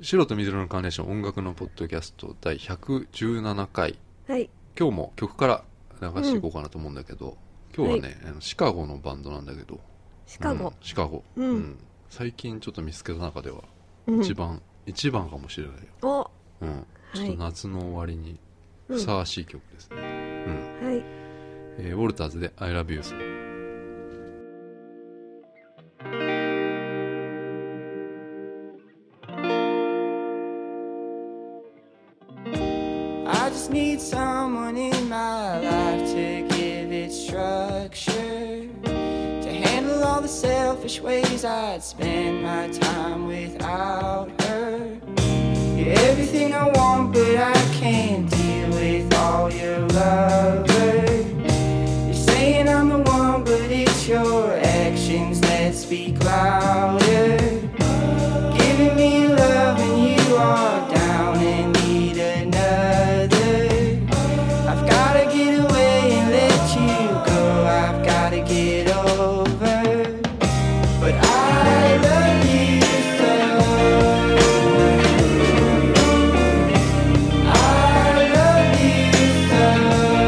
白と緑のカーネーション音楽のポッドキャスト第117回はい今日も曲から流していこうかなと思うんだけど、今日はね、あのシカゴのバンドなんだけどシカうんゴ、シカゴ、うん最近ちょっと見つけた中ではうん一番、一番かもしれないよ、おはうん、いちょっと夏の終わりにふさわしい曲ですね、うんはいえーウォルターズで「ILOVEYOU」 I just need someone in my life to give it structure. To handle all the selfish ways I'd spend my time without her. You're everything I want, but I can't deal with all your lovers. You're saying I'm the one, but it's your actions that speak louder giving me love and you are down and need another. I've gotta get away and let you go. I've gotta get over. But I love you though. I love you though.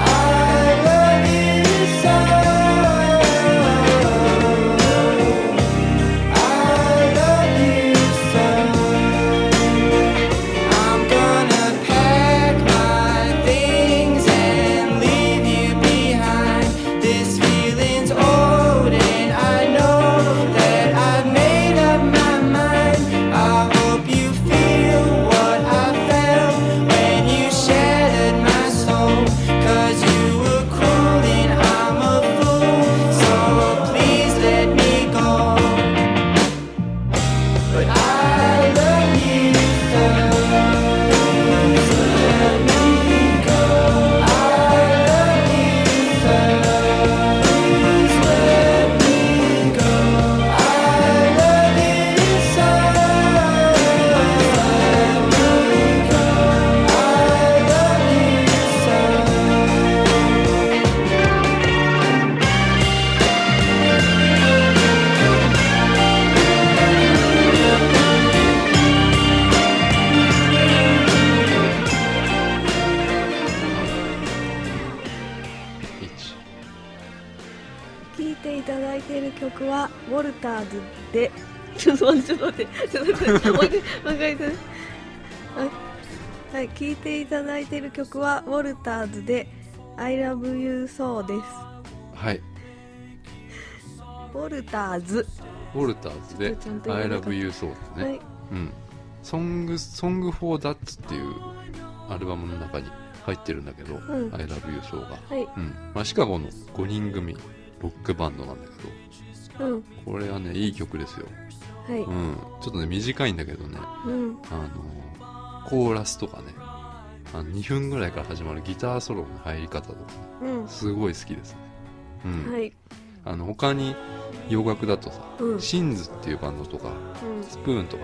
I love you so. I love you so. I'm gonna pack my things and leave you behind. This feeling's old, and I know that I've made up my mind. I hope you feel what I felt when you shattered my soul. 'Cause you were cruel, and I'm a fool. So oh, please let me go. But I love you so. Let me go. I love you so. Let me go. I love you so. Let me go. I love you so. 「聴いていただいている曲は「ウォルターズ」で ちょっと待ってちょっと待ってちょっと待ってもう一回もう一回言ってあはい聴いていただいている曲は「ウォルターズ」で「I love you so」です1」はいウォルターズ、ウォルターズでちょっ「とちゃんと言わなかった ILOVEYOU」そうですね、はいうん、ソング、ソングフォーダッツっていうアルバムの中に入ってるんだけど、ん I Love You So が。はいうん。まあ、シカゴの5人組、ロックバンドなんだけうんど、これはね、いい曲ですよ。はいうん。ちょっとね、短いんだけどね、あうんのーコーラスとかね、あの2分ぐらいから始まるギターソロの入り方とか、ね、うんすごい好きですね。うん。はいあの、他に洋楽だとさ、うんシンズっていうバンドとか、うんスプーンとか、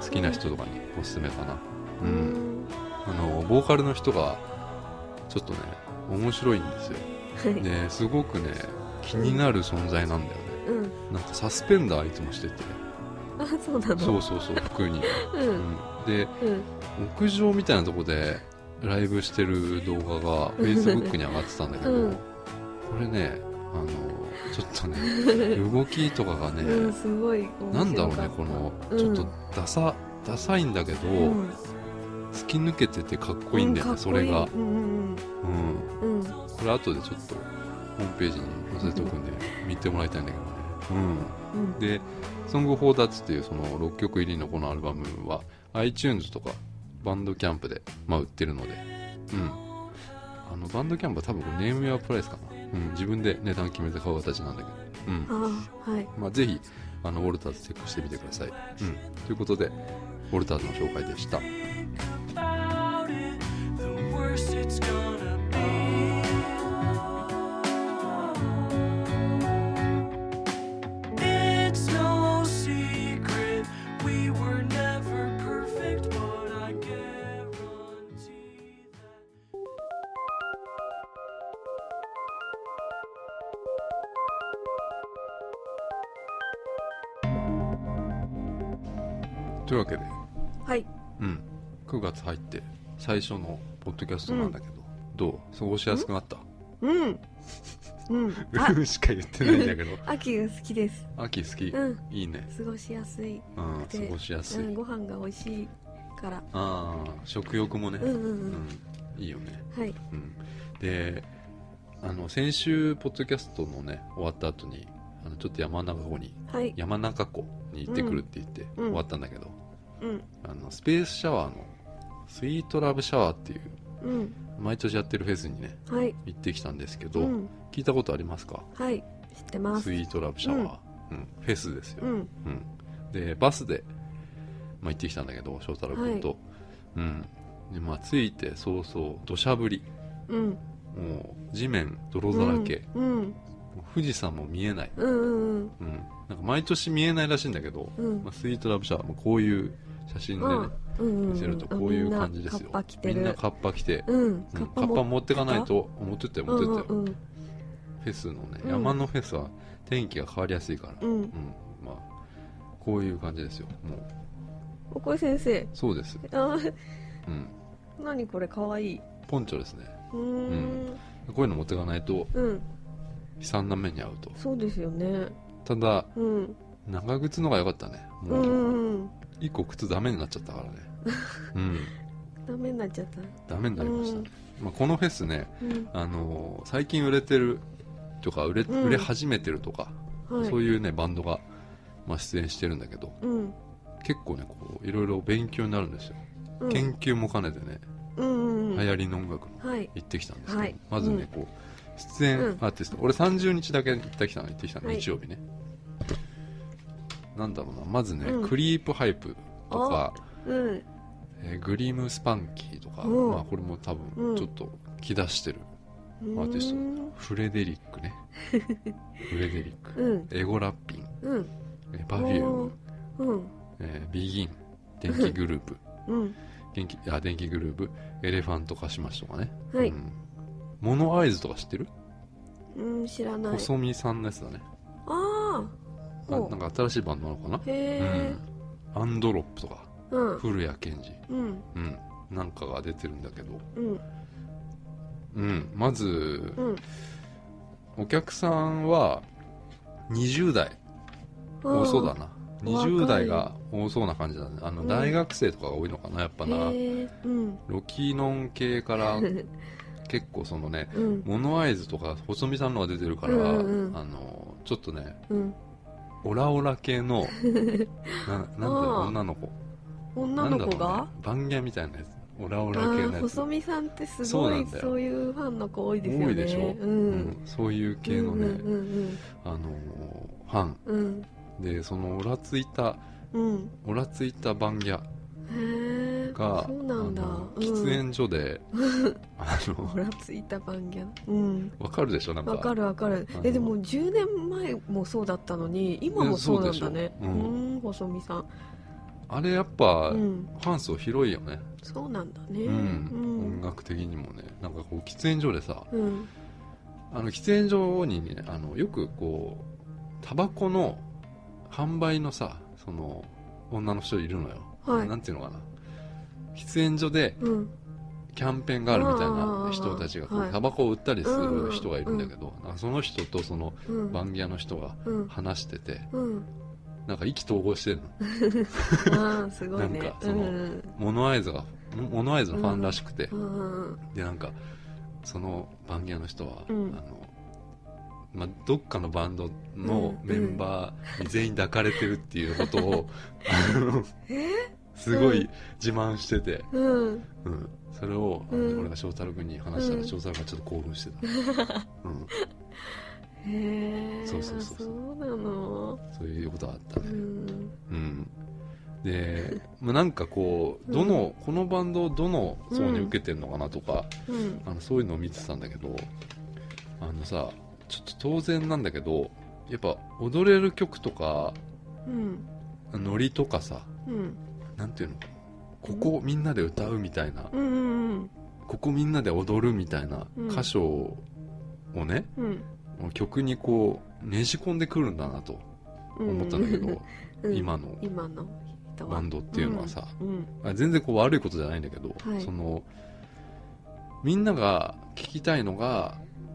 好きな人とかにおすすめかな。ううんんあのボーカルの人がちょっとね面白いんですよはいですごくね気になる存在なんだよねうんなんかサスペンダーいつも しててあそうなのそうそうそう服 に、ううんん、でうん屋上みたいなとこでライブしてる動画がうん Facebook に上がってたんだけど、うんこれねあのちょっと ね動きとかがね、うんすごいな面んだろ白うかねっこのうんちょっとダサ、ダサいんだけど、たうん突き抜けててかっこいいんだよね、うかっそこいれいが、うんうん、うんうんこれ後でちょっとホームページに載せておくんで見てもらいたいんだけどね、うんうん、で「Song for That」っていうその6曲入りのこのアルバムは iTunes とかバンドキャンプで、まあ、売ってるので、うん、あのバンドキャンプは多分これネームやプライスかな、うん、自分で値段決めて買う形なんだけど、うんああはいまあ、ぜひあのウォルターズチェックしてみてください、うん、ということでウォルターズの紹介でした about it, the worse it's gonna be. It's no secret we were never perfect, but I guarantee. ウというわけで、はいうん、9月入って最初のポッドキャストなんだけど、どう過ごしやすくなったうん うんうあんしか言ってないんだ けど秋が好きです秋好き、うんいいね、過ごしやすいうん、過でごしやすうい、んご飯が美味しいからああ食欲もね、うんうんううんんいいよね、はいうん、であの先週ポッドキャストのね終わった後にあのちょっと山中湖にはい山中湖に行ってくるって言ってうん終わったんだけど、うんあのスペースシャワーのスイートラブシャワーっていううん毎年やってるフェスにねはい行ってきたんですけど、うん聞いたことありますかはい知ってまスすイートラブシャワー、うんフェスですよ、うんうんでバスで、まあ、行ってきたんだけど翔太郎君と、うんでまあ着いて早々土砂降りうんもう地面泥だらけ、うんもう富士山も見えない、うんうんうん、なんか毎年見えないらしいんだけど、うんうんまあ、スイートラブシャワーもこういう写真でね、うん見せるとこういう感じですよみんなカッパ着てみるんなカッパ着て、ううんカんカッパッパも持ってかないと持ってったよ持ってったよ、うんフェスのねうん山のフェスは天気が変わりやすいから、ううんんうんまあこういう感じですよもうおこい先生そう です、あうん、ー何これかわいいポンチョですねうーんこういうの持ってかないとうん悲惨な目に遭うとそうですよねただうん長靴のが良かったねうもんううんうん1個靴ダメになっちゃった からねうんダメになっちゃったダメになりましたね、まあ、このフェスね、うんあのー最近売れてるとか売れ,、うん売れ始めてるとか、はいそういうねバンドが、まあ、出演してるんだけどうん結構ねこういろいろ勉強になるんですよ、うん研究も兼ねてねうんうん流行りの音楽のはい行ってきたんですけど、はいまずね、うんこう出演うんアーティスト、俺30日だけ行ってきたの行ってきたの、はい日曜日ねなんだろうなまずね、うんクリープハイプとか、うんえーグリムスパンキーとか、うんまあ、これも多う分んちょっと気出してる、アーティストフレデリック ねフレデリック、うんエゴラッピンうんえーパフューおーム、うんえービギン電気グルー プうん電気あ電気グループエレファントカシマシとかね、はいうん、モノアイズとか知ってる、うん知らない細見さんのやつだねあああなんか新しいバンドなのかな、へえうん、アンドロップとかうん古谷健二、うんうん、なんかが出てるんだけど、うんうん、まずうんお客さんは20代多そうだな若い20代が多そうな感じだねあのうん大学生とかが多いのかなやっぱなへえうんロキノン系から 結構そのねうんモノアイズとか細見さんのが出てるから、うんうんうんあのちょっとねうんオラオラ系 のななんていうのあー女の子女のな子んだろがうね、バンギャみたいなやつオラオあラ系のーやつ細見さんってすそうごないんだよそういうファンの子多いですよね多いでしょ、ううんんそういう系のね、うんあのーファンうんうんでそのオラついたうんオラついたバンギャうんへえがそうなんだあのうん喫煙所 で、あのほらついた番ギャうんわかるでしょなんかわかるわかるあのえでも10年前もそうだったのに今もそうなんだねえそうでしょううんん細見さんあれやっぱ、うんファン層広いよね、そうなんだねううん音ん楽的にもねなんかこう喫煙所でさうんあの喫煙所にねあのよくこうタバコの販売のさその女の人いるのよ、はいなんていうのかな喫煙所でうんキャンペーンがあるみたいな人たちがこはういタバコを売ったりする人がいるんだけど、なんかその人とそのうんバンギャの人がうん話しててうんなんか意気投合してるのああすごいねなんかそのうんモノアイズがモノアイズのファンらしくて、うんでなんかそのバンギャの人は、うんあのまあ、どっかのバンドのメンバーに全員抱かれてるっていうこと を、あのえすごい自慢してて、うんうん、それを、あのうん俺が翔太郎君に話したら、うん翔太郎がちょっと興奮してた、 うん、へえそうそうそうそうなのそういうことがあったうね、んうん、で、まあ、なんかこうどの、このバンドをどの層に受けてるのかなとか、うんあのそういうのを見てたんだけどあのさちょっと当然なんだけどやっぱ踊れる曲とかうんノリとかさうんなんていうのここみんなで歌うみたいなうんうんここみんなで踊るみたいなうん箇所をねうん曲にこうねじ込んでくるんだなとうん思ったんだけど、うん今の今のったわバンドっていうのはさ、うんあ全然こう悪いことじゃないんだけど、はいそのみんなが聞きたいのが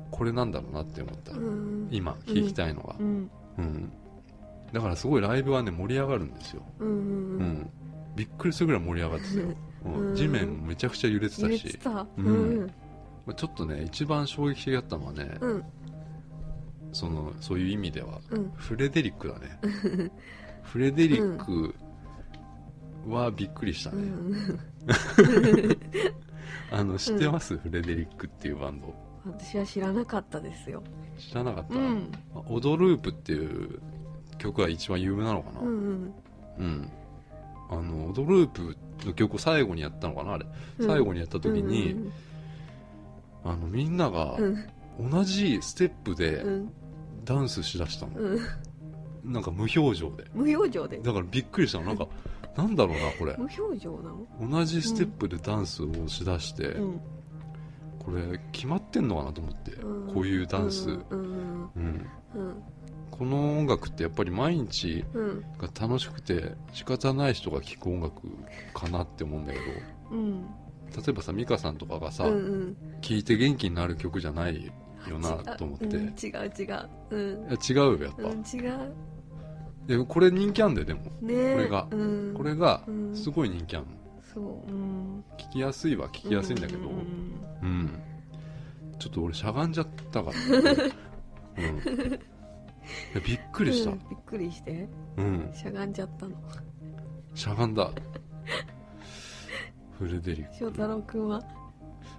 これなんだろうなって思った、うん今聞きたいのがう、んうんだからすごいライブはね盛り上がるんですよ、うんうんうんうんびっくりするぐらい盛り上がってたよ、うんうん地面もめちゃくちゃ揺れてた揺れしてたううんんまあちょっとね一番衝撃的だったのはね、うんそのそういう意味ではうんフレデリックだねフレデリックはびっくりしたうね、んあの知ってます、フレデリックっていうバンド私は知らなかったですよ知らなかった、うんまあオドループっていう曲が一番有名なのかなうんうんうんあのオドループの曲を最後にやったのかなあれ、うん最後にやった時に、うんあのみんながうん同じステップでうんダンスしだしたの、うんうんなんか無表情で無表情でだからびっくりしたのなんかなんだろうなこれ無表情なの同じステップでダンスをしだして、うんこれ決まってんのかなと思って、うんこういうダンス、うんうんうんうんこの音楽ってやっぱり毎日うんが楽しくて仕方ない人が聴く音楽かなって思うんだけどうん例えばさ美香さんとかがさう聴、んうんいて元気になる曲じゃないよなと思って、うんい違う違ううんや違うよやっぱ、うん違ういやこれ人気あんだよでもねえこれがうんこれがうんすごい人気あんのそううん聴きやすいは聴きやすいんだけどううんうんちょっと俺しゃがんじゃったから、うん、いやびっくりしたうんびっくりしてうんしゃがんじゃったのしゃがんだフレデリック翔太郎くんは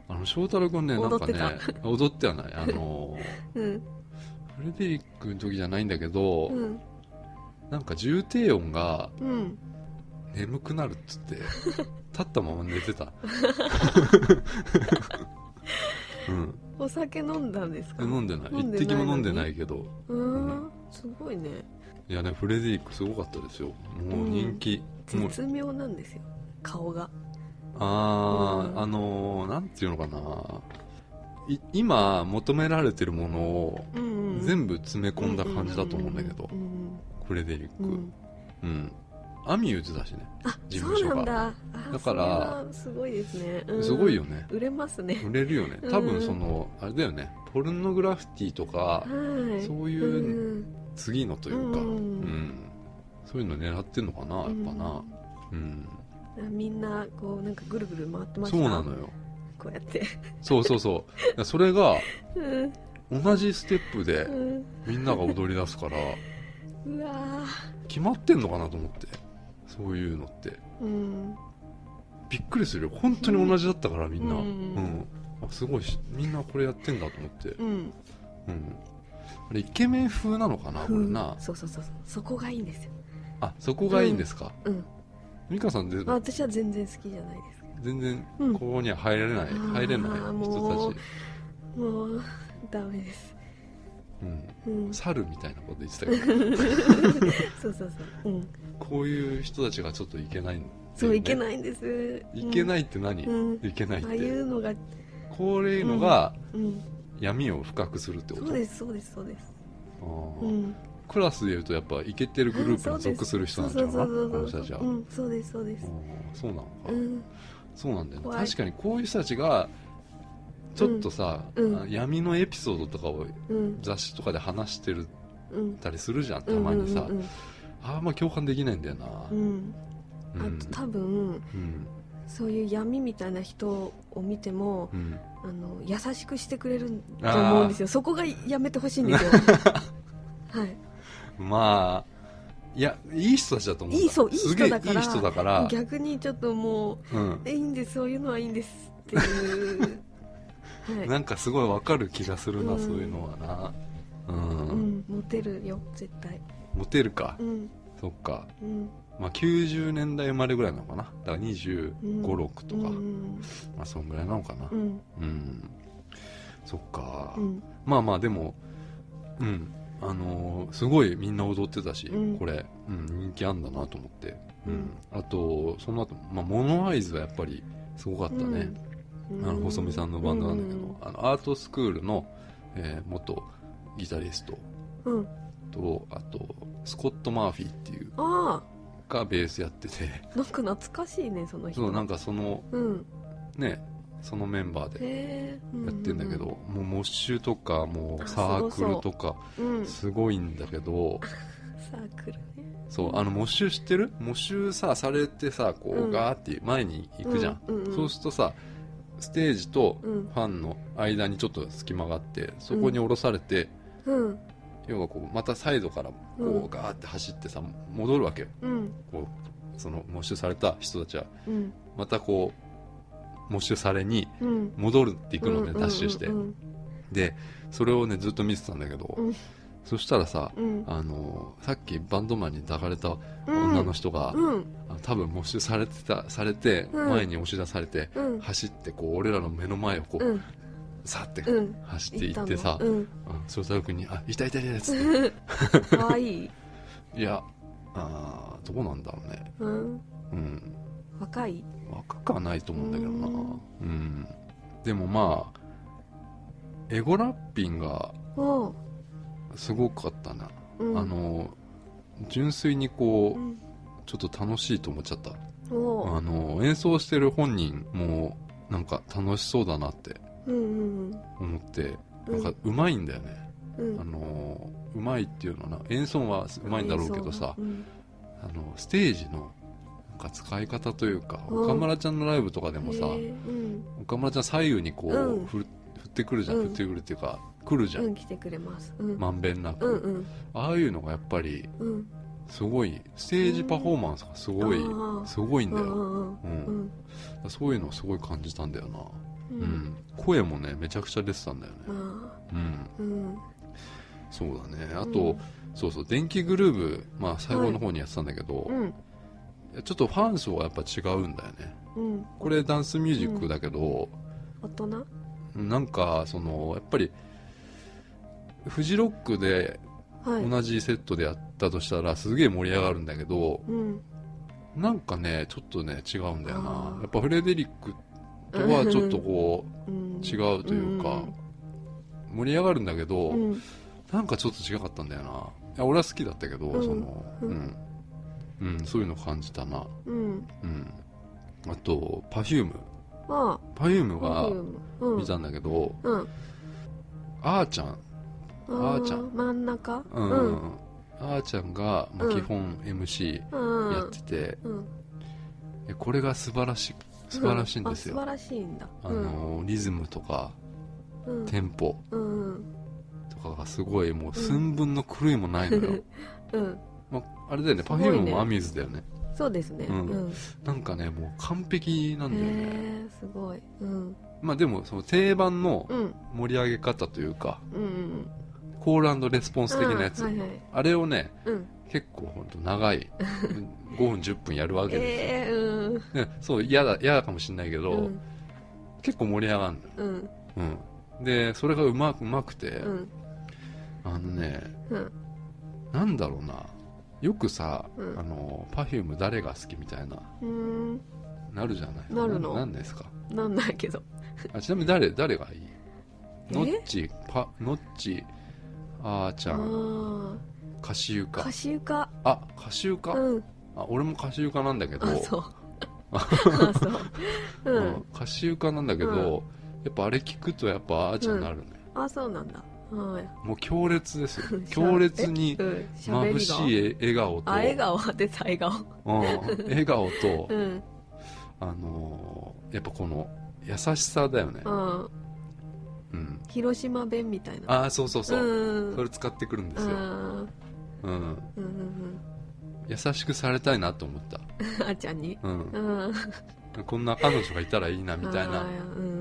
あの翔太郎君ねなんかね踊踊ってはないあのうんフレデリックの時じゃないんだけど、うんなんか重低音がうん眠くなるっつ って立ったまま寝て たうんお酒飲んだんですか飲んでない飲んでないのに一滴も飲んでないけどうーんすごいねいやねフレデリックすごかったですよもう人気、もう絶妙なんですよ顔があー、うんあのー、なんていうのかない今求められてるものを全全部詰め込んだ感じだと思うんだけど、フレデリック、うんアミューズだしねあ事そ務う所がなんだあだからそれはすごいですねうんすごいよね売れますね売れるよねうん多分その、あれだよねポルノグラフィティとかはいそういううん次のというか、ううんんそういうの狙ってんのかなやっぱなうん、うんみんなこうなんかぐるぐる回ってましたそうなのよこうやってそうそうそう だからそれがうん同じステップでうんみんなが踊り出すからうわ決まってんのかなと思ってそういうのってーうんびっくりするよ本当に同じだったからみんなううんん、あすごいしみんなこれやってんだと思ってうんうんあれイケメン風なのかなこれなそうそうそうそうそこがいいんですよあそこがいいんですか、うん美香さんでまあ私は全然好きじゃないです全然うんここには入れない、あー入れないも人うたち、もうダメですうん、うんそう猿みたいなこと言ってたけどそうそううんこういう人たちがちょっといけないんだよねそういけないんですいけいないって何、うんいけないっあてあいうのがこういうのがうん闇を深くするってこそとうですそうですそうですあーうんクラスでいうとやっぱイケてるグループそうにです属する人なんじゃないかなそうこそのうそ人うたちそうは、うんそうですそうですうんそうなのか、うんそうなんだよね怖い確かにこういう人たちがちょっとさ、うんうん闇のエピソードとかをうん雑誌とかで話してるうんたりするじゃんたまにさ、うんうんあんま共感できないんだよなうんううんんあと多分うんそういう闇みたいな人を見てもうんあの優しくしてくれると思うんですよそこがやめてほしいん ですよはいまあいやいい人たちだと思うんだいいそういい人すげえいいだから人だから逆にちょっともううんえいいんですそういうのはいいんですっていう はいなんかすごいわかる気がするな、うんそういうのはなうん、うんモテるよ絶対モテるか、うんそっかうんまあ、90年代生まれぐらいなのかなだから2 5うん五6とか、うんまあそんぐらいなのかなううん、んそっか、うんまあまあでもうんあのーすごいみんな踊ってたし、うんこれ、うん、人気あんだなと思って、うんうんあとその後、まあモノアイズはやっぱりすごかったね、うんあの細見さんのバンドなんだけど、あのアートスクールの、えー元ギタリストうんうんとあとスコット・マーフィーっていうああがベースやっててなんか懐かしいねその人そうなんかそのうんねそのメンバーでへえやってんだけど、もうモッシュとかもうサークルとかうん、うん、サすごいんだけどークルねそうあのモッシュ知ってるモッシュさされてさこううんガーって前に行くじゃん、うんうんうんそうするとさステージとうフんァンの間にちょっと隙間があってそこに下ろされて、うん要はこうまたサイドからこううんガーって走ってさ戻るわけようんこうそのモッシュされた人たちはうんまたこうモッシュされにうん戻るっていくのね、ダッシュして、うんでそれをねずっと見てたんだけど、うんそしたらさうんあのさっきバンドマンに抱かれたうん女の人が、うんあの多分募集されてたされて、うん前に押し出されて、うん走ってこう俺らの目の前をこう、うんさってうん走ってい行たっのてさ、ううんん翔太郎君に「あいたいたいた」っつっ可愛いていやあーどうなんだろうねうんうん若い若くはないと思うんだけどなううんん、でもまあエゴラッピンがおうすごかったな、うんあの純粋にこううんちょっと楽しいと思っちゃったおあうの演奏してる本人もなんか楽しそうだなってうんうんうん思ってうなんんかうまいんだよね、うんあのうまいっていうのはな演奏はうまいんだろうけどさ、うんあのステージのなんか使い方というか、うん岡村ちゃんのライブとかでもさ、へえうん岡村ちゃん左右にこう、うんふる振ってくるじゃん、うん振ってくるっていうか来るじゃん、うん来てくれますうんまんべんなく、うんうんああいうのがやっぱりうんすごいステージパフォーマンスがすごい、うんすごいんうだんうよ、んううんんそういうのをすごい感じたんだよなううんん、声もねめちゃくちゃ出てたんだよね、あうん、ーうんそうだねあうと、んそうそう電気グルーブ、まあ、最後の方にやってたんだけど、うんちょっとファン層はやっぱ違うんだよねうんこれダンスミュージックだけど、大人なんかそのやっぱりフジロックではい同じセットでやったとしたらすげえ盛り上がるんだけどうんなんかねちょっとね違うんだよあなーやっぱフレデリックとはちょっとこうんう違うというか盛り上がるんだけど、うんうんなんかちょっと違かったんだよないや俺は好きだったけど、うんそのううんん、うん、そういうの感じたなうんうんあと Perfume あ Perfume あはうん見たんだけど、うんあーちゃんあーちゃん真ん中うん、うんあーちゃんが、まあ、うん基本 MC うんやってて、うんえこれが素晴らしい素晴らしいんですよ、あ素晴らしいんだあのーリズムとかうんテンポうんとかがすごいもう寸分の狂いもないのよ、 うんまあ、あれだよねすごいね Perfume もアミューズだよねそうですねううんんへなんかねもう完璧なんだよね、えすごいうんまあでもその定番のうん盛り上げ方というか、うんうんコールレスポンス的なやつ、うんはいはいあれをねうん結構ほんと長 い5分10分やるわけですよ、ええうんね そう嫌だ嫌だかもしれないけど、うん結構盛り上がるうんのよ、うん、でそれがうまうまくて、うんあのねうんなんだろうなよくさ、うんあの Perfume 誰が好きみたいなうんなるじゃないなるのなんですかなんだけどあちなみに誰誰がいいえノッチパノッチあーちゃんあカシユあカ歌手かあ歌集か、うんあ俺も歌集家なんだけどあ そうあそうううんん歌集家なんだけど、うんやっぱあれ聞くとやっぱあーちゃんになるね、あそうなんだはいもう強烈ですよしゃ強烈にうん喋眩りがしい笑顔とあ笑顔当てた笑顔 うん、笑顔と、うんあのーやっぱこの優しさだよね、うんうん、広島弁みたいなああそうそうそう、うんそれ使ってくるんですよ、あうん、ーうんうん優しくされたいなと思った、うん あーちゃんにうんう、んこんな彼女がいたらいいなみたいあなーうん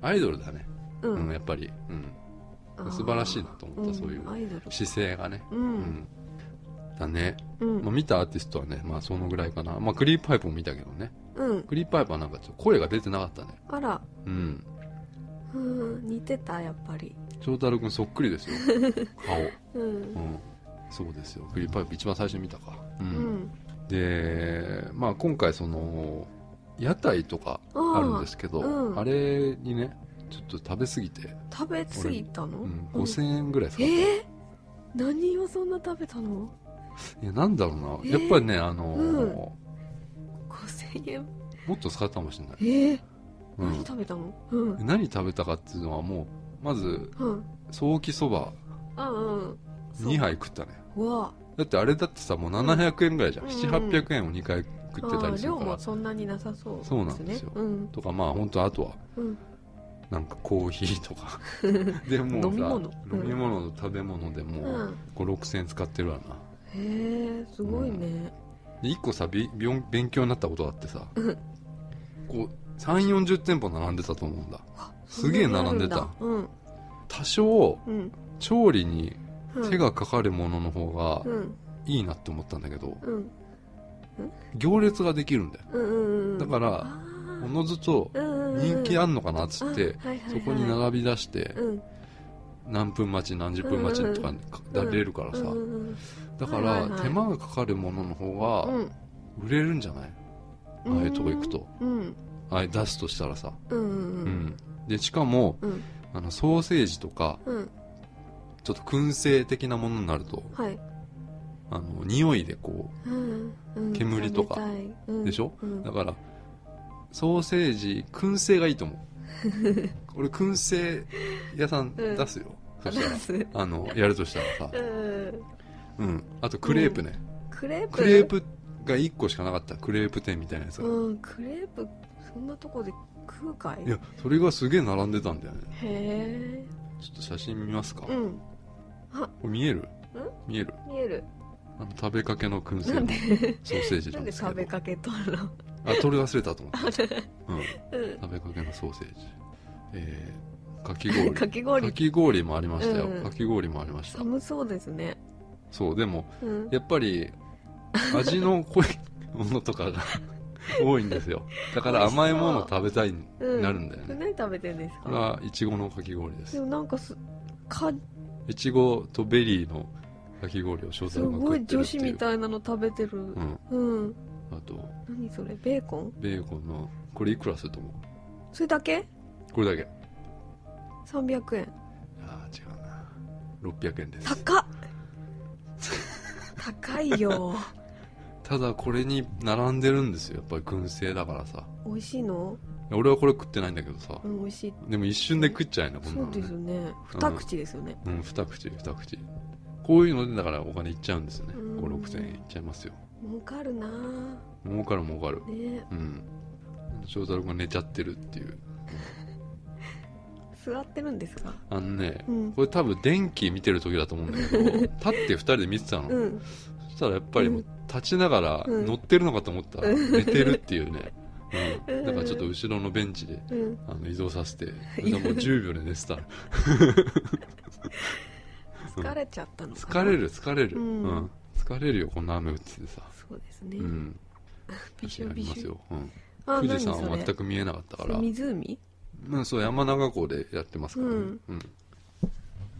アイドルだね、うんううんんやっぱり、うん、あー素晴らしいなと思ったんそういうアイドル姿勢がねううんん、だね、う まあ、ん見たアーティストはね、まあ、そのぐらいかな、まあ、クリープハイプも見たけどねうんクリープハイプはなんかちょっと声が出てなかったねあらうんうん似てたやっぱり翔太郎君そっくりです よ顔、ううんん、そうですよクリープハイプ一番最初に見たか、ううんんで、まあ、今回その屋台とかあーあるんですけどあ,、うんれにねちょっと食べ過ぎて、食べ過ぎたのうん、うん5000円ぐらい使った、えー何をそんな食べたのいやなんだろうなやっぱりね、あのーうん5000円もっと使ったかもしれない、えー、う何ん、食べたのうん何食べたかっていうのはもうまずうんソーキそばあうんそう2杯食ったねうわだってあれだってさもう700円ぐらいじゃん、うん7800円を2回食ってたりするあかー量らもそんなになさそうですねそうなんですようんとかまあ本当あとはうんなんかコーヒーとか でもうさ飲み物うん飲み物と食べ物でもううん5 6000円使ってるわなへえすごいねで1個さびびょん勉強になったことがあってさこう3 4 0店舗並んでたと思うんだすげえ並んでたうん多少うん調理にうん手がかかるものの方がうんいいなって思ったんだけどうん行列ができるんだようんうんうんだからおのずと人気あんのかなっつってそこに並び出してうん何分待ち何十分待ちとかにうん出れるからさうんうんだかはいらはいはい手間がかかるものの方うがん売れるんじゃないああいうとこ行くとうんあれ出すとしたらさうんうんううんんでしかもうんあのソーセージとかうんちょっと燻製的なものになるとはいあの匂いでこうんうん煙とか食べたいうんでしょうんうだからソーセージ燻製がいいと思う 俺燻製屋さん出すよそしたらうんあのやるとしたらさうんうんあとクレープねクレープクレープが1個しかなかったクレープ店みたいなやつがうんクレープそんなとこで食うかいいやそれがすげえ並んでたんだよねへえちょっと写真見ますか、うこんれ見える見える見えるあの食べかけの燻製なんのでソーセージななんんでですけど食べかけとるのあ取り忘れたと思 って、うん、うん食べかけのソーセージえー、かき氷 かき氷かき氷もありましたよ、うんかき氷もありました寒そうですねそうでもうんやっぱり味の濃いものとかが 多いんですよだから甘いもの食べたいにうんなるんだよね、何食べてんですこれかはいちごのかき氷でですもなんかすかいちごとベリーのかき氷を翔す太郎がご食っいてる女って子いうみたいなの食べてるうんうんあと何それベーコンベーコンのこれいくらすると思うそれだけこれだけ300円ああ違うな600円です高っ高い よただこれに並んでるんですよやっぱり燻製だからさ美味しいの俺はこれ食ってないんだけどさうん美味しいでも一瞬で食っちゃえなこんなその、うね、ですよね二口ですよねうん二口二口こういうのでだからお金いっちゃうんですねうん56000円いっちゃいますよ儲かるなぁ儲かる儲かるねうん翔太郎が寝ちゃってるっていう座ってるんですかあのね、うんこれ多分電気見てる時だと思うんだ けど立って2人で見てたの、うんそしたらやっぱりもう立ちながらうん乗ってるのかと思ったら寝てるっていうね、 ううんん、だからちょっと後ろのベンチでうんあの移動させ てそれでもう10秒で寝てた疲れちゃったのかな疲れる疲れる、ううんん疲れるよこんな雨打っててさそうですねうんびしょびありましすょよ、うん、あ富士山何そはれ全く見えなかったかそられ湖うん、そう山長湖でやってますからね、ううんん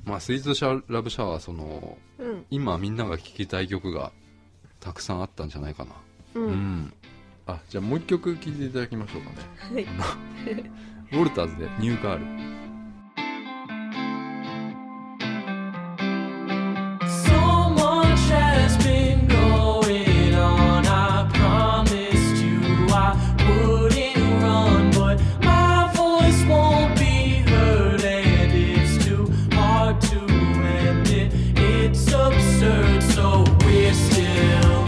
まあ、スイーツシャラブシャワーそのうん今みんなが聴きたい曲がたくさんあったんじゃないかなううん、んあじゃあもう一曲聴いていただきましょうかねはいウォルターズで「ニューガール」 So much has been going on. I promised you I wouldn't run, but my voice won't be heard, and it's too hard to end it. It's absurd, so we're still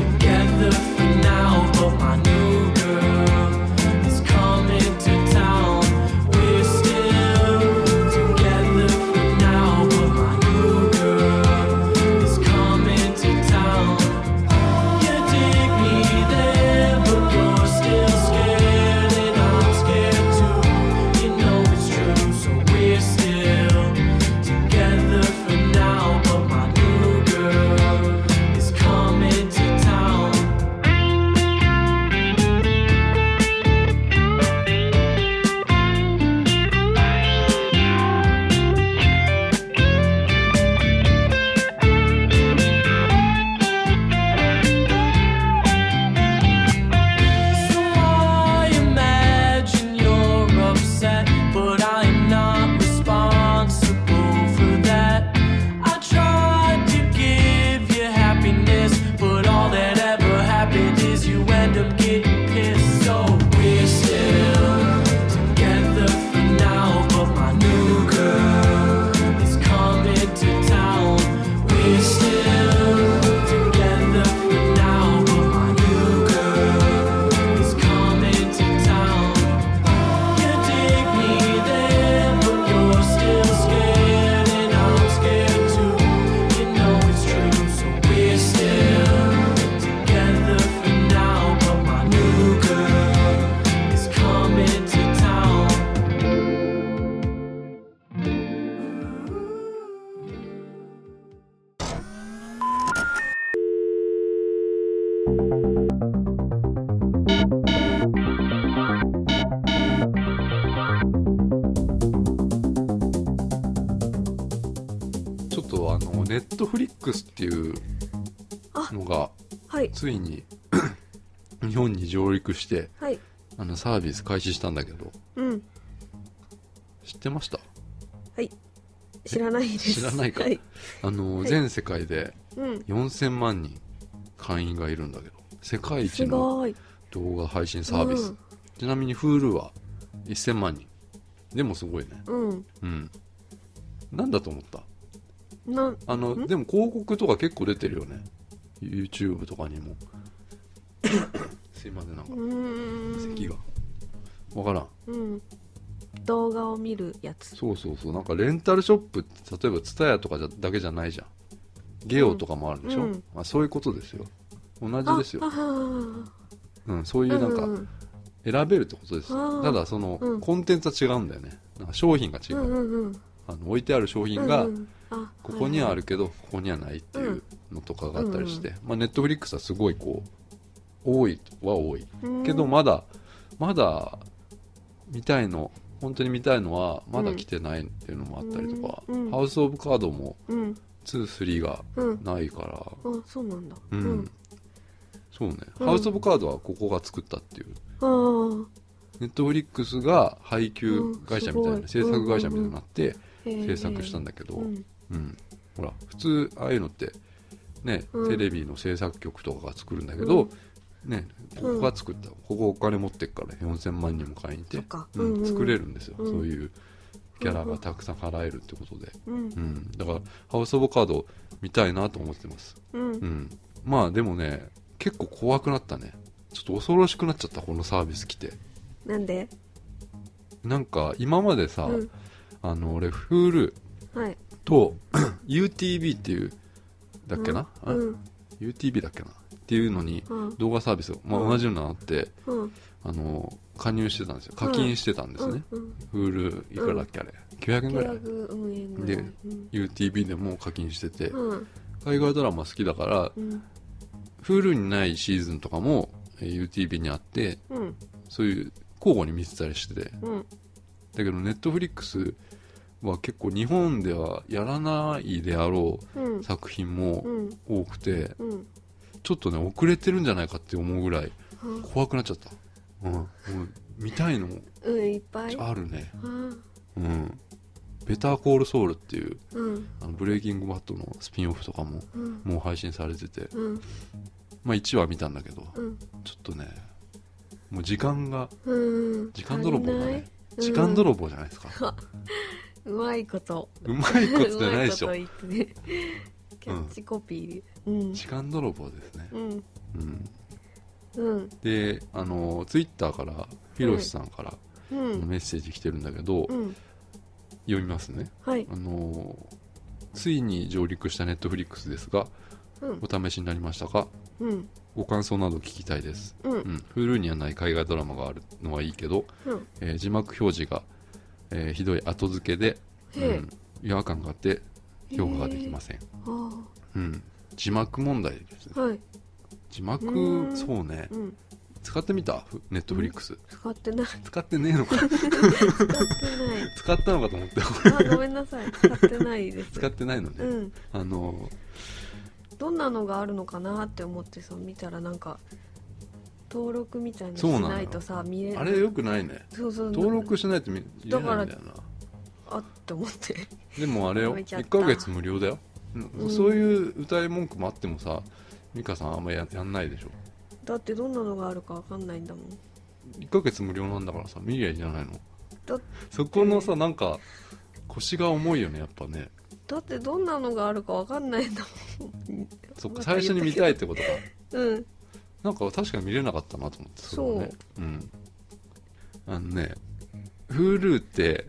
together for now. But my new girl is coming to town. We're still. ちょっとあのネットフリックスっていうのがはいついに 日本に上陸してはいあのサービス開始したんだけどうん知ってました知らないです知らないかはい、あの、はい全世界でうん4000万人会員がいるんだけど世界一すのごい動画配信サービス、ちなみに Hulu は1000万人でもすごいねうん、うんなんだと思ったうん、なんあのんでも広告とか結構出てるよね YouTube とかに もすいませんなんかうーん咳がわからんうん動画を見るやつそうそうそうなんかレンタルショップって例えば TSUTAYA とかじゃだけじゃないじゃんゲオとかもあるでしょ、うんまあ、そういうことですよ同じですよあ、あうん、そうあいうなんうかん選べるってことですあよーただそのうんコンテンツは違うんだよねなんか商品が違うう、んうんうんあの置いてある商品がうんうんあここにはあるけどここにはないっていうのとかがあったりして、まあ、ネットフリックスはすごいこう多いは多いうんけどまだまだ見たいの本当に見たいのはまだ来てないっていうのもあったりとか、うんうんハウス・オブ・カードもうん23がうんないからあそうなんだうん、そうね、うんハウス・オブ・カードはここが作ったっていうああネットフリックスが配給会社みたいな、うんす制ごい作会社みたいになってへえ制作したんだけど、うんうん、ほら普通ああいうのってね、うんテレビの制作局とかが作るんだけど、ね、ここが作った、ここお金持ってっから4000万人も会員いてそっかうんうんうん作れるんですよ、うんそういうキャラがたくさん払えるってことで、うんうん、だからハウス・オブ・カード見たいなと思ってます、うんうん、まあでもね結構怖くなったねちょっと恐ろしくなっちゃったこのサービス来てなんでなんか今までさ、うんあの俺 Hulu はいと UTV っていうだっけな、あうん、 UTV だっけなっていうのにうん動画サービスを、まあ、うん同じようなのあって、うんあの加入してたんですよ課金してたんですね、うん、 Hulu いくらだっけあれ900円ぐらい900運営ぐらいでうん、 UTV でも課金してて、うん海外ドラマ好きだからうん Hulu にないシーズンとかもえー UTV にあってうんそういう交互に見てたりしててだうんけど Netflix は結構日本ではやらないであろうんう作品もうん多くてうんちょっとね遅れてるんじゃないかって思うぐらいあ怖くなっちゃった、うん、もう見たいのうんいっぱいあるねあうんベターコールソウルっていううんあのブレイキングバットのスピンオフとかもうんもう配信されててうんまあ1話見たんだけどうんちょっとねもう時間がうん時間泥棒だ足りないね時間泥棒じゃないです か、うまいことうまいことじゃないでしうょまいこと言ってねキャッチコピー時間泥棒ですねう、んうん、うんうんであのツイッターからひろしさんからうんメッセージ来てるんだけど、うん読みますねはいあのついに上陸したネットフリックスですがうんお試しになりましたかうんご感想など聞きたいです、ううんん、Hulu にはない海外ドラマがあるのはいいけど、うんえー字幕表示が、えーひどい後付けで、うへん、違和感があって評価ができません、あうん、字幕問題ですねあはい字幕うんそうねうん使ってみたネットフリックス使ってない使ってねえのか 使ってない使ったのかと思ったあごめんなさい使ってないです 使ってないのね、うんあのどんなのがあるのかなって思ってさ見たらなんか登録みたいなのしそうなのよないとさ見れあれよくないねそうそう登録しないと見見れないんだよなあって思ってでもあれよ覚えちゃっ1たヶ月無料だよ、んそういう歌い文句もあってもさ美香さんあんまややんないでしょだってどんなのがあるかわかんないんだもん1ヶ月無料なんだからさ見りゃいいじゃないのだそこのさなんか腰が重いよねやっぱねだってどんなのがあるかわかんないんだもんそっかまた最言初ったけどに見たいってことかうんなんか確かに見れなかったなと思ってれはねうんあのね Hulu って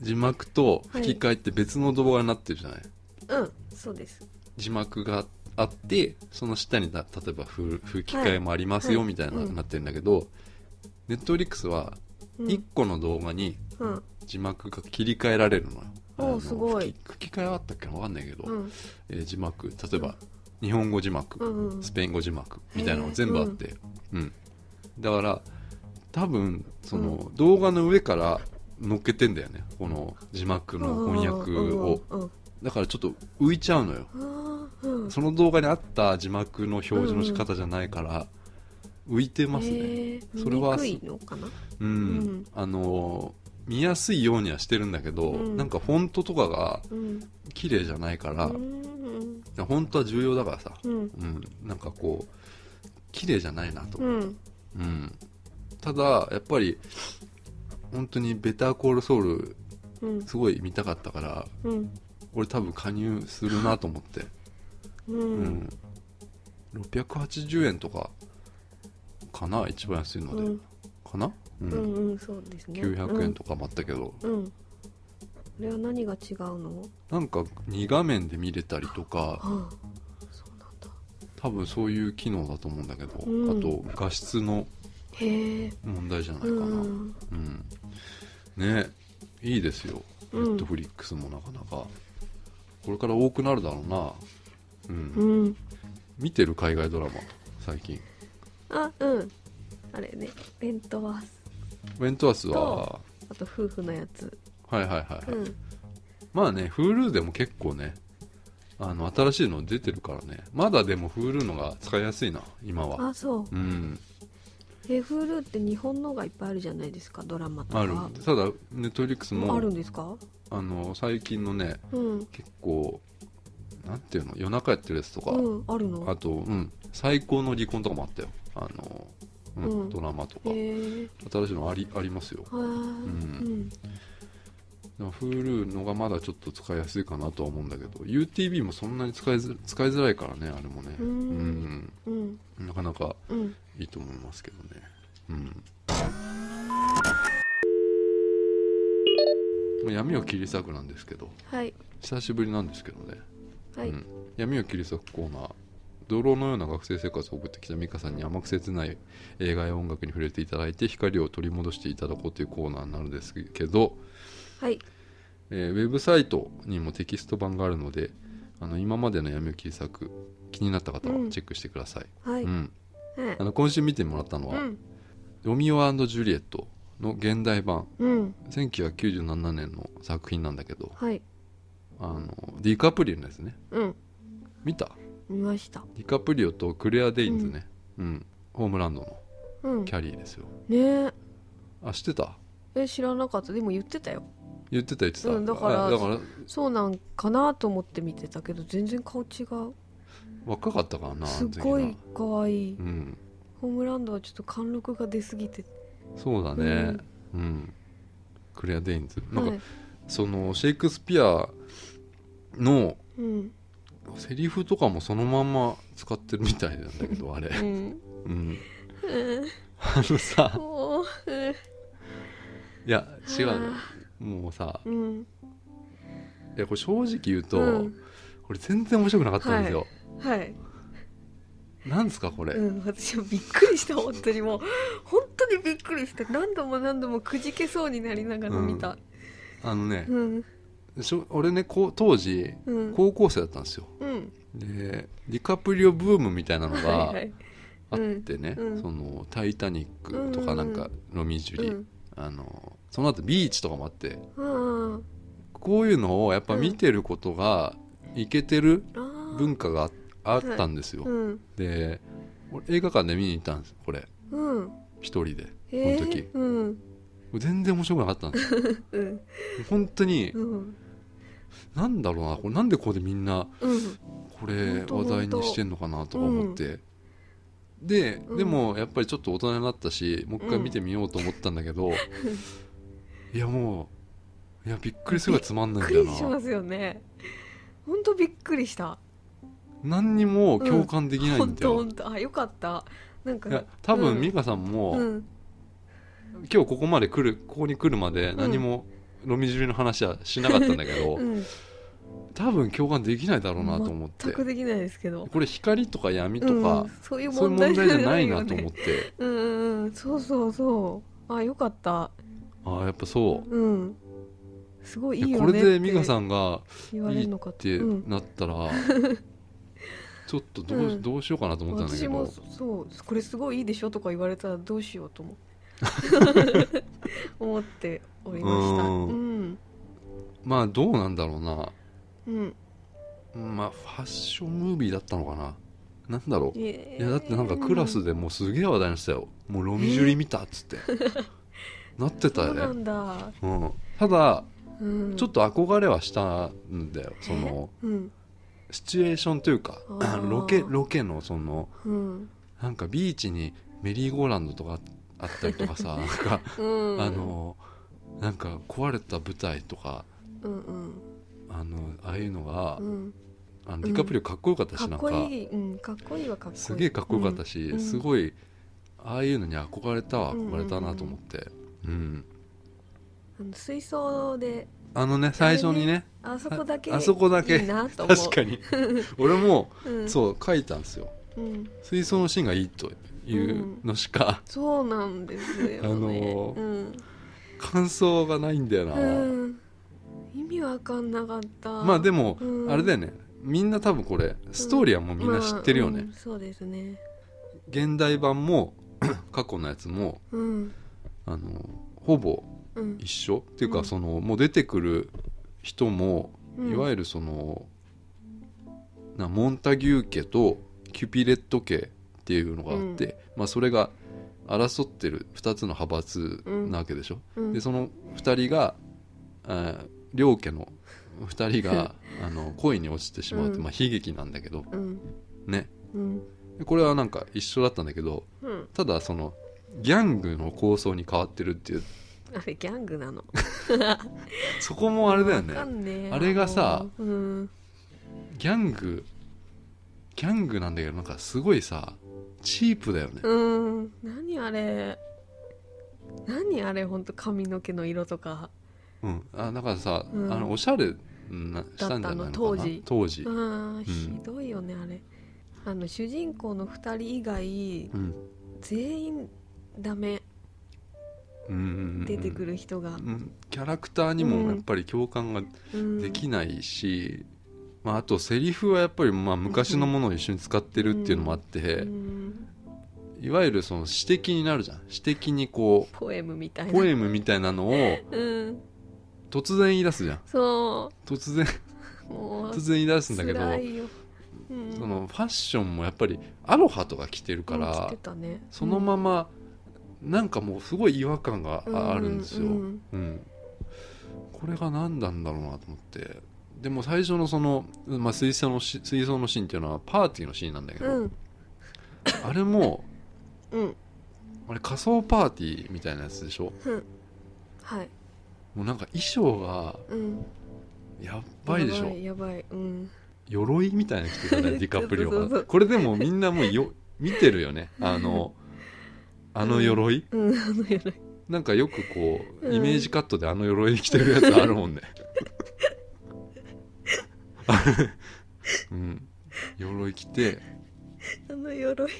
字幕と吹き替えって別の動画になってるじゃない、うんそうです字幕があってその下にだ例えばふ吹き替えもありますよはいみたいなはいのうんになってるんだけど、ネットフリックスはう1ん、個の動画にうん字幕が切り替えられるのよ。おーあのすごい吹き吹き替えはあったっけなわかんないけど、うんえー字幕例えば日本語字幕、うんうんスペイン語字幕みたいなの全部あって、うんだから多分その、動画の上から乗っけてんだよねこの字幕の翻訳をうんうんだからちょっと浮いちゃうのようんうんその動画に合った字幕の表示の仕方じゃないから浮いてますね、へーそれは見にくいのかなうんうんあの見やすいようにはしてるんだけど、うんなんかフォントとかがうん綺麗じゃないから、うん本当は重要だからさ、うんうん、なんかこう綺麗じゃないなと、うんうんただやっぱり本当に「ベターコールソウルうん」すごい見たかったからうん俺多分加入するなと思って、ううんん、680円とかかな一番安いので、うんかな、う、うんんうんそうですね900円とかもあったけど、うんうんこれは何が違うのなんか2画面で見れたりとかああそうなんだ多分そういう機能だと思うんだけど、うんあと画質のへえ問題じゃないかうな、んうん、ねいいですよ、うんネットフリックスもなかなかこれから多くなるだろうな、うんうん見てる海外ドラマ最近あうんあれねベントワースウェントワースはあと夫婦のやつはいはいはい、うはいんまあね Hulu でも結構ねあの新しいの出てるからねまだでも Hulu のが使いやすいな今はあそううんえ Hulu って日本のがいっぱいあるじゃないですかドラマとかあるただネットフリックスもあるんですかあの最近のねうん結構なんていうの夜中やってるやつとか、うんあるあのと、うん、最高の離婚とかもあったよ。あの、うんうんドラマとかへ。え新しいのありありますよ。はあうんでも Hulu のがまだちょっと使いやすいかなとは思うんだけど、UTV もそんなに使いづ使いづらいからね、あれもね。ううんん。うんなかなかうんいいと思いますけどね。うん。まあ闇を切り裂くなんですけど、はい久しぶりなんですけどね。はい、うん、闇を切り裂くコーナー泥のような学生生活を送ってきた美香さんに甘くせつない映画や音楽に触れていただいて光を取り戻していただこうというコーナーになるんですけど、はいえーウェブサイトにもテキスト版があるのであの今までの闇を切り裂く気になった方はチェックしてください、はい、うんえあの今週見てもらったのえうはん「ロミオジュリエット」の現代版うん1997年の作品なんだけどはいあのディカプリオのやつねうん見た見ましたディカプリオとクレア・デインズね、うんホームランドのうんキャリーですよ、ねあ知ってたええ知らなかったでも言ってたよ言ってた言ってた、うんだからあだからそうなんかなと思って見てたけど全然顔違う若かったからなすごあのい時な可愛いうんホームランドはちょっと貫禄が出すぎてそうだねうん、クレア・デインズなんか、はいそのシェイクスピアのうんセリフとかもそのまんま使ってるみたいなんだけどあれ う、んうん、うんあのさもううんいや違うのもうさうんいやこれ正直言うと、うんこれ全然面白くなかったんですよ、はいなんですかこれ、うん、私はびっくりした本当にもう本当にびっくりした何度も何度もくじけそうになりながら見たあのね、うんしょ俺ねこう当時うん高校生だったんですようんでディカプリオブームみたいなのはがいはいあってね「うんうんそのタイタニック」とかなんか「ロミジュリ」うんあのその後ビーチ」とかもあってうんうんこういうのをやっぱ見てることがいけてるあー文化がああったんですよ、うんで俺映画館で見に行ったんですこれうん一人でえこの時ーうん全然面白くなかったんですようん本当にうんなんだろうなこれなんでここでみんなうんこれ本当話題にしてんのかなとか思って、でうんでもやっぱりちょっと大人になったしもう一回見てみようと思ったんだけど、 いやもういやびっくりするがつまんびなっいくんだよりしまなすよね本当びっくりした何にも共感できないん本だよ、当本当あよかったなんかいや多う分ん美香さんも、うん今日ここまで来るここに来るまで何も飲み汁の話はしなかったんだけど、うん多分共感できないだろうなと思って全くできないですけどこれ光とか闇とうかん、そういうそういう問題問じ題じゃゃなないいよなと思っねて、うんうんうんそうそうそうあよかったああやっぱそううんすごいいいいやよこねれってで美香さんが 言われるのかっってうんなったら、ちょっとどう,、うんどうしようかなと思ってたんだけ私もどそそうこれすごいいいでしょとか言われたらどうしようとも 思っておりましたうんうんまあどうなんだろうなうんまあファッションムービーだったのかななんだろういえいやだってなんかクラスでもうすげえ話題にしたよもうロミジュリ見たっつって、なってたそようなね、んだ、うん、ただうん、ちょっと憧れはしたんだよそのうんシチュエーションというかあーロケロケのそのうんなんかビーチにメリーゴーランドとかあったりとか さなんか、うんあのなんか壊れた舞台とかうんうんあのああいうのが、うんあのディカプリオかっこよかったし、かっなんこかいい、うん、かっこいいはかっこいいすげえかっこよかったし、うんすごいああいうのに憧れたわ憧れたなと思って、うんうんあの水槽であのね最初にねあそこだけああそこだけいいなと思う確かに 俺もに、うん、そう書いたんですよう、ん、水槽のシーンがいいというのしか、そうなんですよね、あのーうん感想がないんだよな、うん、意味わかんなかったまあでも、うんあれだよねみんな多分これストーリーはもうみんな知ってるよね、まあうんそうですね現代版も 過去のやつもうんあのほぼうん一緒っていううかんそのもう出てくる人もいわるゆるそのなモンタギュー家とキュピレット家っていうのがあって、まあ、それが争ってる2つの派閥なわけでしょ、うんでその2人があー両家の2人が あの恋に落ちてしまうって、うんまあ、悲劇なんだけどうんねうんでこれはなんか一緒だったんだけどうんただそのギャングの構想に変わってるっていうあれギャングなのそこもあれだよねわかんねえあれがさうんギャングギャングなんだけどなんかすごいさチープだよね、うん何あれ何あれ本当髪の毛の色とかうん、あだからさ、うんあのおしゃれなしたんじゃないのかだったなの当時当時あ、ーんひどいよねあれあの主人公の2人以外うん全員ダメうんうん、出てくる、る人がうん、キャラクターにもやっぱり共感がでできないし、まあ、あとセリフはやっぱりまあ昔のものを一緒に使ってるっていうのもあって、うんいわゆるその詩的になるじゃん詩的にこポエムみたいうなポエムみたいなのをうん突然言い出すじゃんそ突然うもう突然言い出すんだけど辛いよ、うん、そのファッションもやっぱりアロハとか着てるかうんら来て、たねそのままなんかもうすごい違和感がうんああるんですよ、ううんんこれが何なんだろうなと思ってでも最初のその、まあ、水槽のし水槽のシーンっていうのはパーティーのシーンなんだけうど、んあれもうんあれ仮想パーティーみたいなやつでしょはいもうなんか衣装がうんやっばいでしやょばいやばいうん鎧みたいなの着て たねディカプリオそうそうそがうこれでもみんなもうよ見てるよねあのあの鎧、うんあの鎧なんかよくこううんイメージカットであの鎧着てるやつあるもん ね。あれうん、鎧着てあの鎧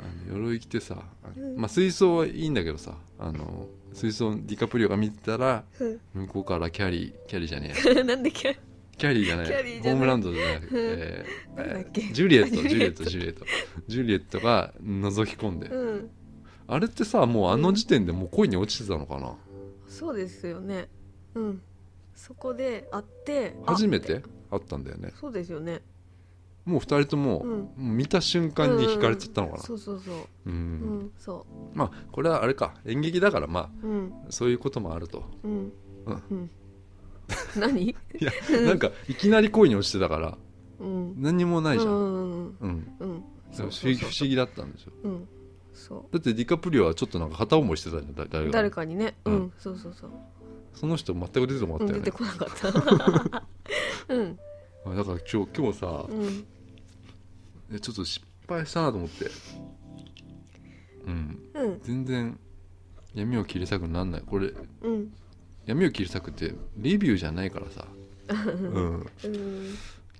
あの鎧着てさ、うんまあ、水槽はいいんだけどさあの水槽のディカプリオが見てたらうん向こうからキャリーキャリーじゃねえやなん でキャキャリーじゃないキャリーじゃないホームランドじゃなくて、えーなんだっけジュリエットあジュジュリリエエッットトジュリエットジュリエットが覗き込んで、うんあれってさもうあの時点でもう恋に落ちてたのかな、そうですよねうんそこで会ってあ初めてあったんだよねそうですよねもう二人とも、うんもう見た瞬間に惹かれちゃったのかなそうそうそううん、うんそまあこれはあれか演劇だからまううんあそういうこともあるとうんうんうん何いやなんかいきなり恋に落ちてたからうん何にも ないじゃ、うんんうんうんでうんも不思そう議そう不思議だったんですよそううんそだってディカプリオはちょっとなんか片思いしてたじゃんだ誰うか誰かにねううんんそうそうそうその人全く出てもらうったよん出ねて、こなかった うんあだから今日今日さ、うんえちょっと失敗したなと思ってうんうん全然闇を切り裂くなんないこれうん闇を切り裂くってレビューじゃないから さ、うん、うん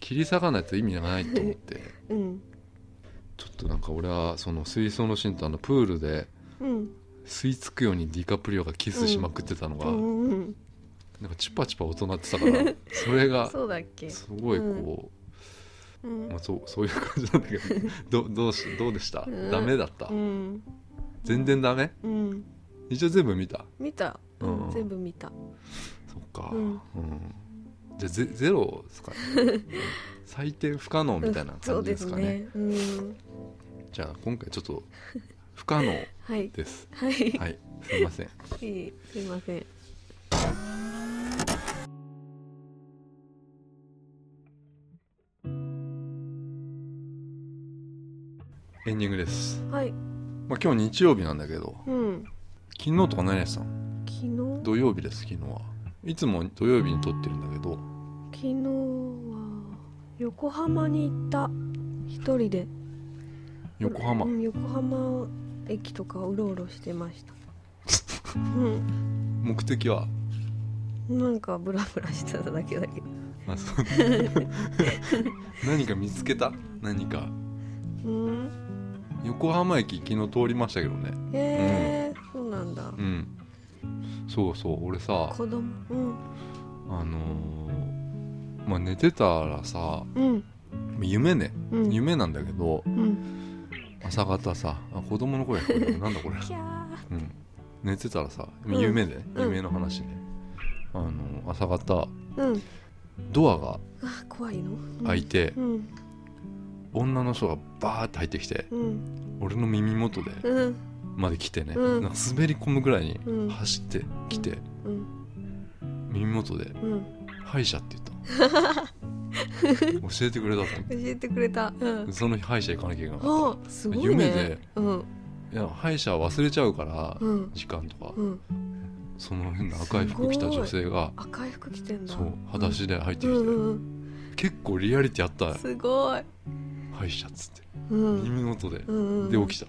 切り裂かないと意味がないと思ってうんちょっとなんか俺はその水槽のシーンとあのプールでうん吸い付くようにディカプリオがキスしまくってたのが、うんうんなんかチュパチュパ音鳴ってたからそれが そうだっけすごいこう、うんまあ、そう そういう感じなんだけどどどう しどうでした、うんダメだった、うん全然ダメうん一応全部見た見た、うん全部見たそっか、うんうんじゃあゼゼロですかね最低不可能みたいなそ感うじでですすかねねうんじゃあ今回ちょっと不可能はいですはいはいすいません いいすいませんエンディングです、はいまあ、今日日曜日なんだけどうん昨日とか何やってたの昨日土曜日です昨日はいつも土曜日に撮ってるんだけど昨日は横浜に行った一人で横浜うん、横浜駅とかうろうろしてましたうん目的はなんかブラブラしてただけだけどあそう 何か見つけた何かうん横浜駅昨日通りましたけどねへえ、そうなんだうんそうそう俺さ子供うんあのーまあ寝てたらさうん夢ね、うん夢なんだけどうん朝方さあ子供の声が聞こえてるなんだ これ、キャーうん、寝てたらさうん夢で、ねうん夢の話ね、あの朝方うんドアがあ怖いのうん開いて、うん女の人がバーって入ってきてうん俺の耳元でうんまで来てね、うんなんか滑り込むぐらいにうん走ってきて、うん耳元でうん「歯医者」って 言ったの教えてくれたと思教えてくれたうんってその日歯医者行かなきゃいけなかったあすごいね夢でうんいや歯医者忘れちゃうから、うん時間とか、うんその変な赤い服着た女性が赤い服着てんだそう裸足で入ってきて、うんうん結構リアリティあったうんすごい歯医者っつってうん耳元で、うんうんで起きた、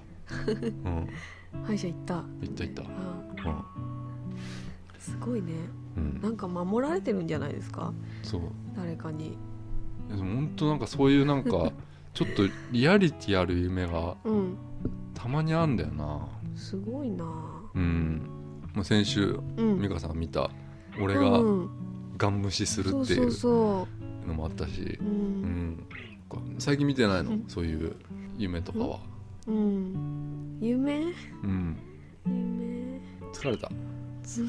うん、歯医者行った行った行ったあうんすごいねうんなんか守られてるんじゃないですかそう誰かにいやでも本当なんかそういうなん かちょっとリアリティある夢がうんたまにあんだよなすごいなうん、まあ、先週うん美香さんが見たこ俺がうん、ガン無視するっていそううそのもあったしうそううう、んん最近見てないのうんそういう夢とかはうん、夢うん夢疲れたつ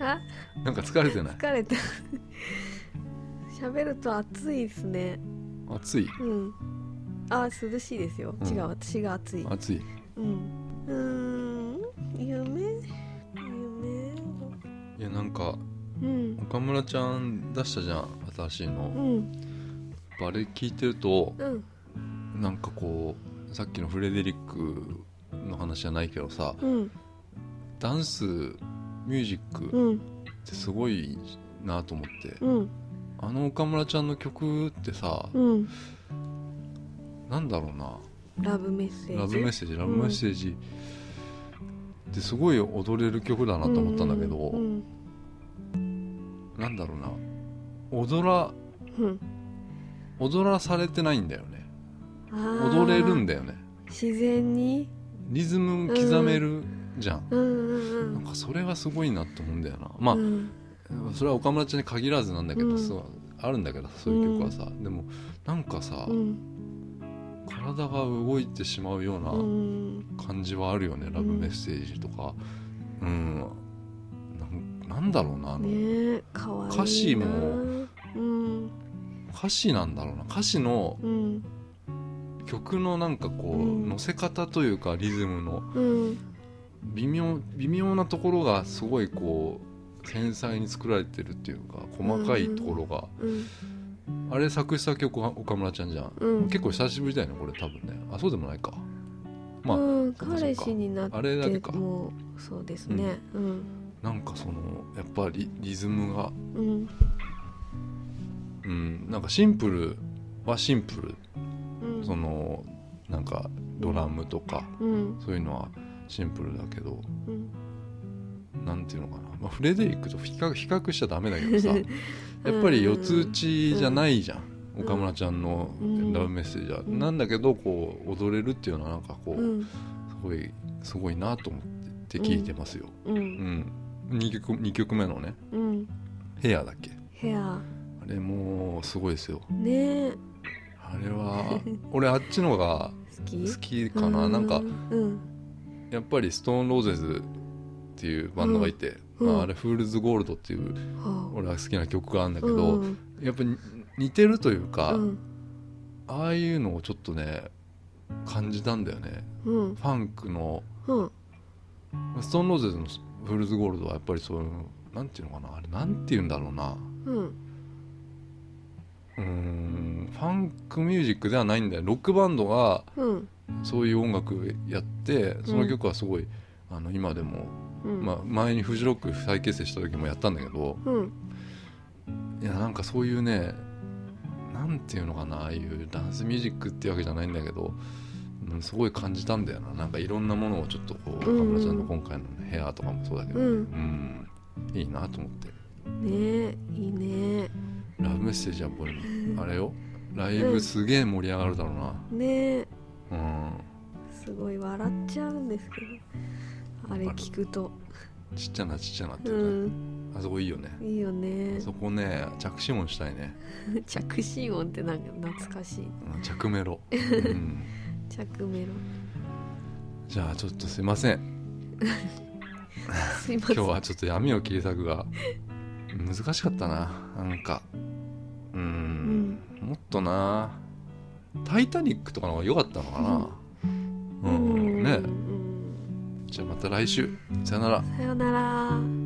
あなんか疲れてない疲れた 喋ると暑いですね暑いうんあ涼しいですよ、うん違う私が暑い暑いうんうーん夢夢いやなんかうん岡村ちゃん出したじゃん新しいうのんあれ聞いてるとうんなんかこうさっきのフレデリックの話じゃないけどさうんダンスミュージックっうんてすごいなと思ってうんあの岡村ちゃんの曲ってさうんなんだろうなラブメッセージラブメッセージラブメッセージってすごい踊れる曲だなと思ったんだけどうんなんだろうな踊らうん踊らされてないんだよねあー踊れるんだよね自然にリズム刻めるじゃんうんうんうなんんかそれがすごいなと思うんだよなまあうんそれは岡村ちゃんに限らずなんだけど、うんそうあるんだけどそういう曲はさ、でもなんかさ、うん体が動いてしまうよううなん感じはあるよね、ラブメッセージとかうん、なんなんだろうなあの、ねえかわいいな歌詞もうん歌詞なんだろうな歌詞のうん曲のなんかこう、うん乗せ方というかリズムのうん微妙微妙なところがすごいこう繊細に作られてるっていうか細かいところが、うんあれ作詞作曲は岡村ちゃんじゃんうん結構久しぶりだよねこれ多分ねあそうでもないかまあうんそうか彼氏になってあれだけかもうそうですねうんなんかそのやっぱりリズムがうんうんなんかシンプルはシンプルうんそのなんかドラムとかうんそういうのはシンプルだけどうんなんていうのかな、まあ、フレデリックと比較比較しちゃダメだけ どさやっぱり四つ打ちじゃないじゃん、ん岡村ちゃんのうんラブメッセージは、んなんだけどこう踊れるっていうのはなんかこう、うんすごいすごいなと思って聞いてますよ、ううんん、2曲二曲目のねうん「ヘアだっけヘアああれもうすごいですよねえあれ は俺あっちのが好き好きかなうなんかうんやっぱりストーンローゼズっていうバンドがいて、うんまあ、あれ「フールズ・ゴールド」っていうはあ俺が好きな曲があるんだけうど、んやっぱに似てるというか、うんああいうのをちょっとね感じたんだよねうんファンクのうんストーンローゼズの「フールズ・ゴールド」はやっぱりそういうなんていうのかなあれなんていうんだろうなうんうーんファンクミュージックではないんだよロックバンドがうんそういう音楽やってその曲はすごい、あの今でも、うんまあ、前にフジロック再結成した時もやったんだけどうんいやなんかそういうねなんていうのかなああいうダンスミュージックってわけじゃないんだけど、うん、すごい感じたんだよななんかいろんなものをちょっとこう岡うん村ちゃんの今回のねヘアとかもそうだけど、うんうんいいなと思ってねえいいね「ラブメッセージはボリューム」あれよライブすげえ盛り上がるだろうなねえうんすごい笑っちゃうんですけどあれ聞くとちっちゃなちっちゃなってういうね、んあそこいいよねいいよねそこね着信音したいね着信音ってなんか懐かしいうん着メ ロ、うん、着メロじゃあちょっとすいませんすいませ今ん日はちょっと闇を切り裂くが難しかったななんかうん、もっとな「タイタニック」とかの方が良かったのかなうん、ねうんじゃあまた来週さよならさよなら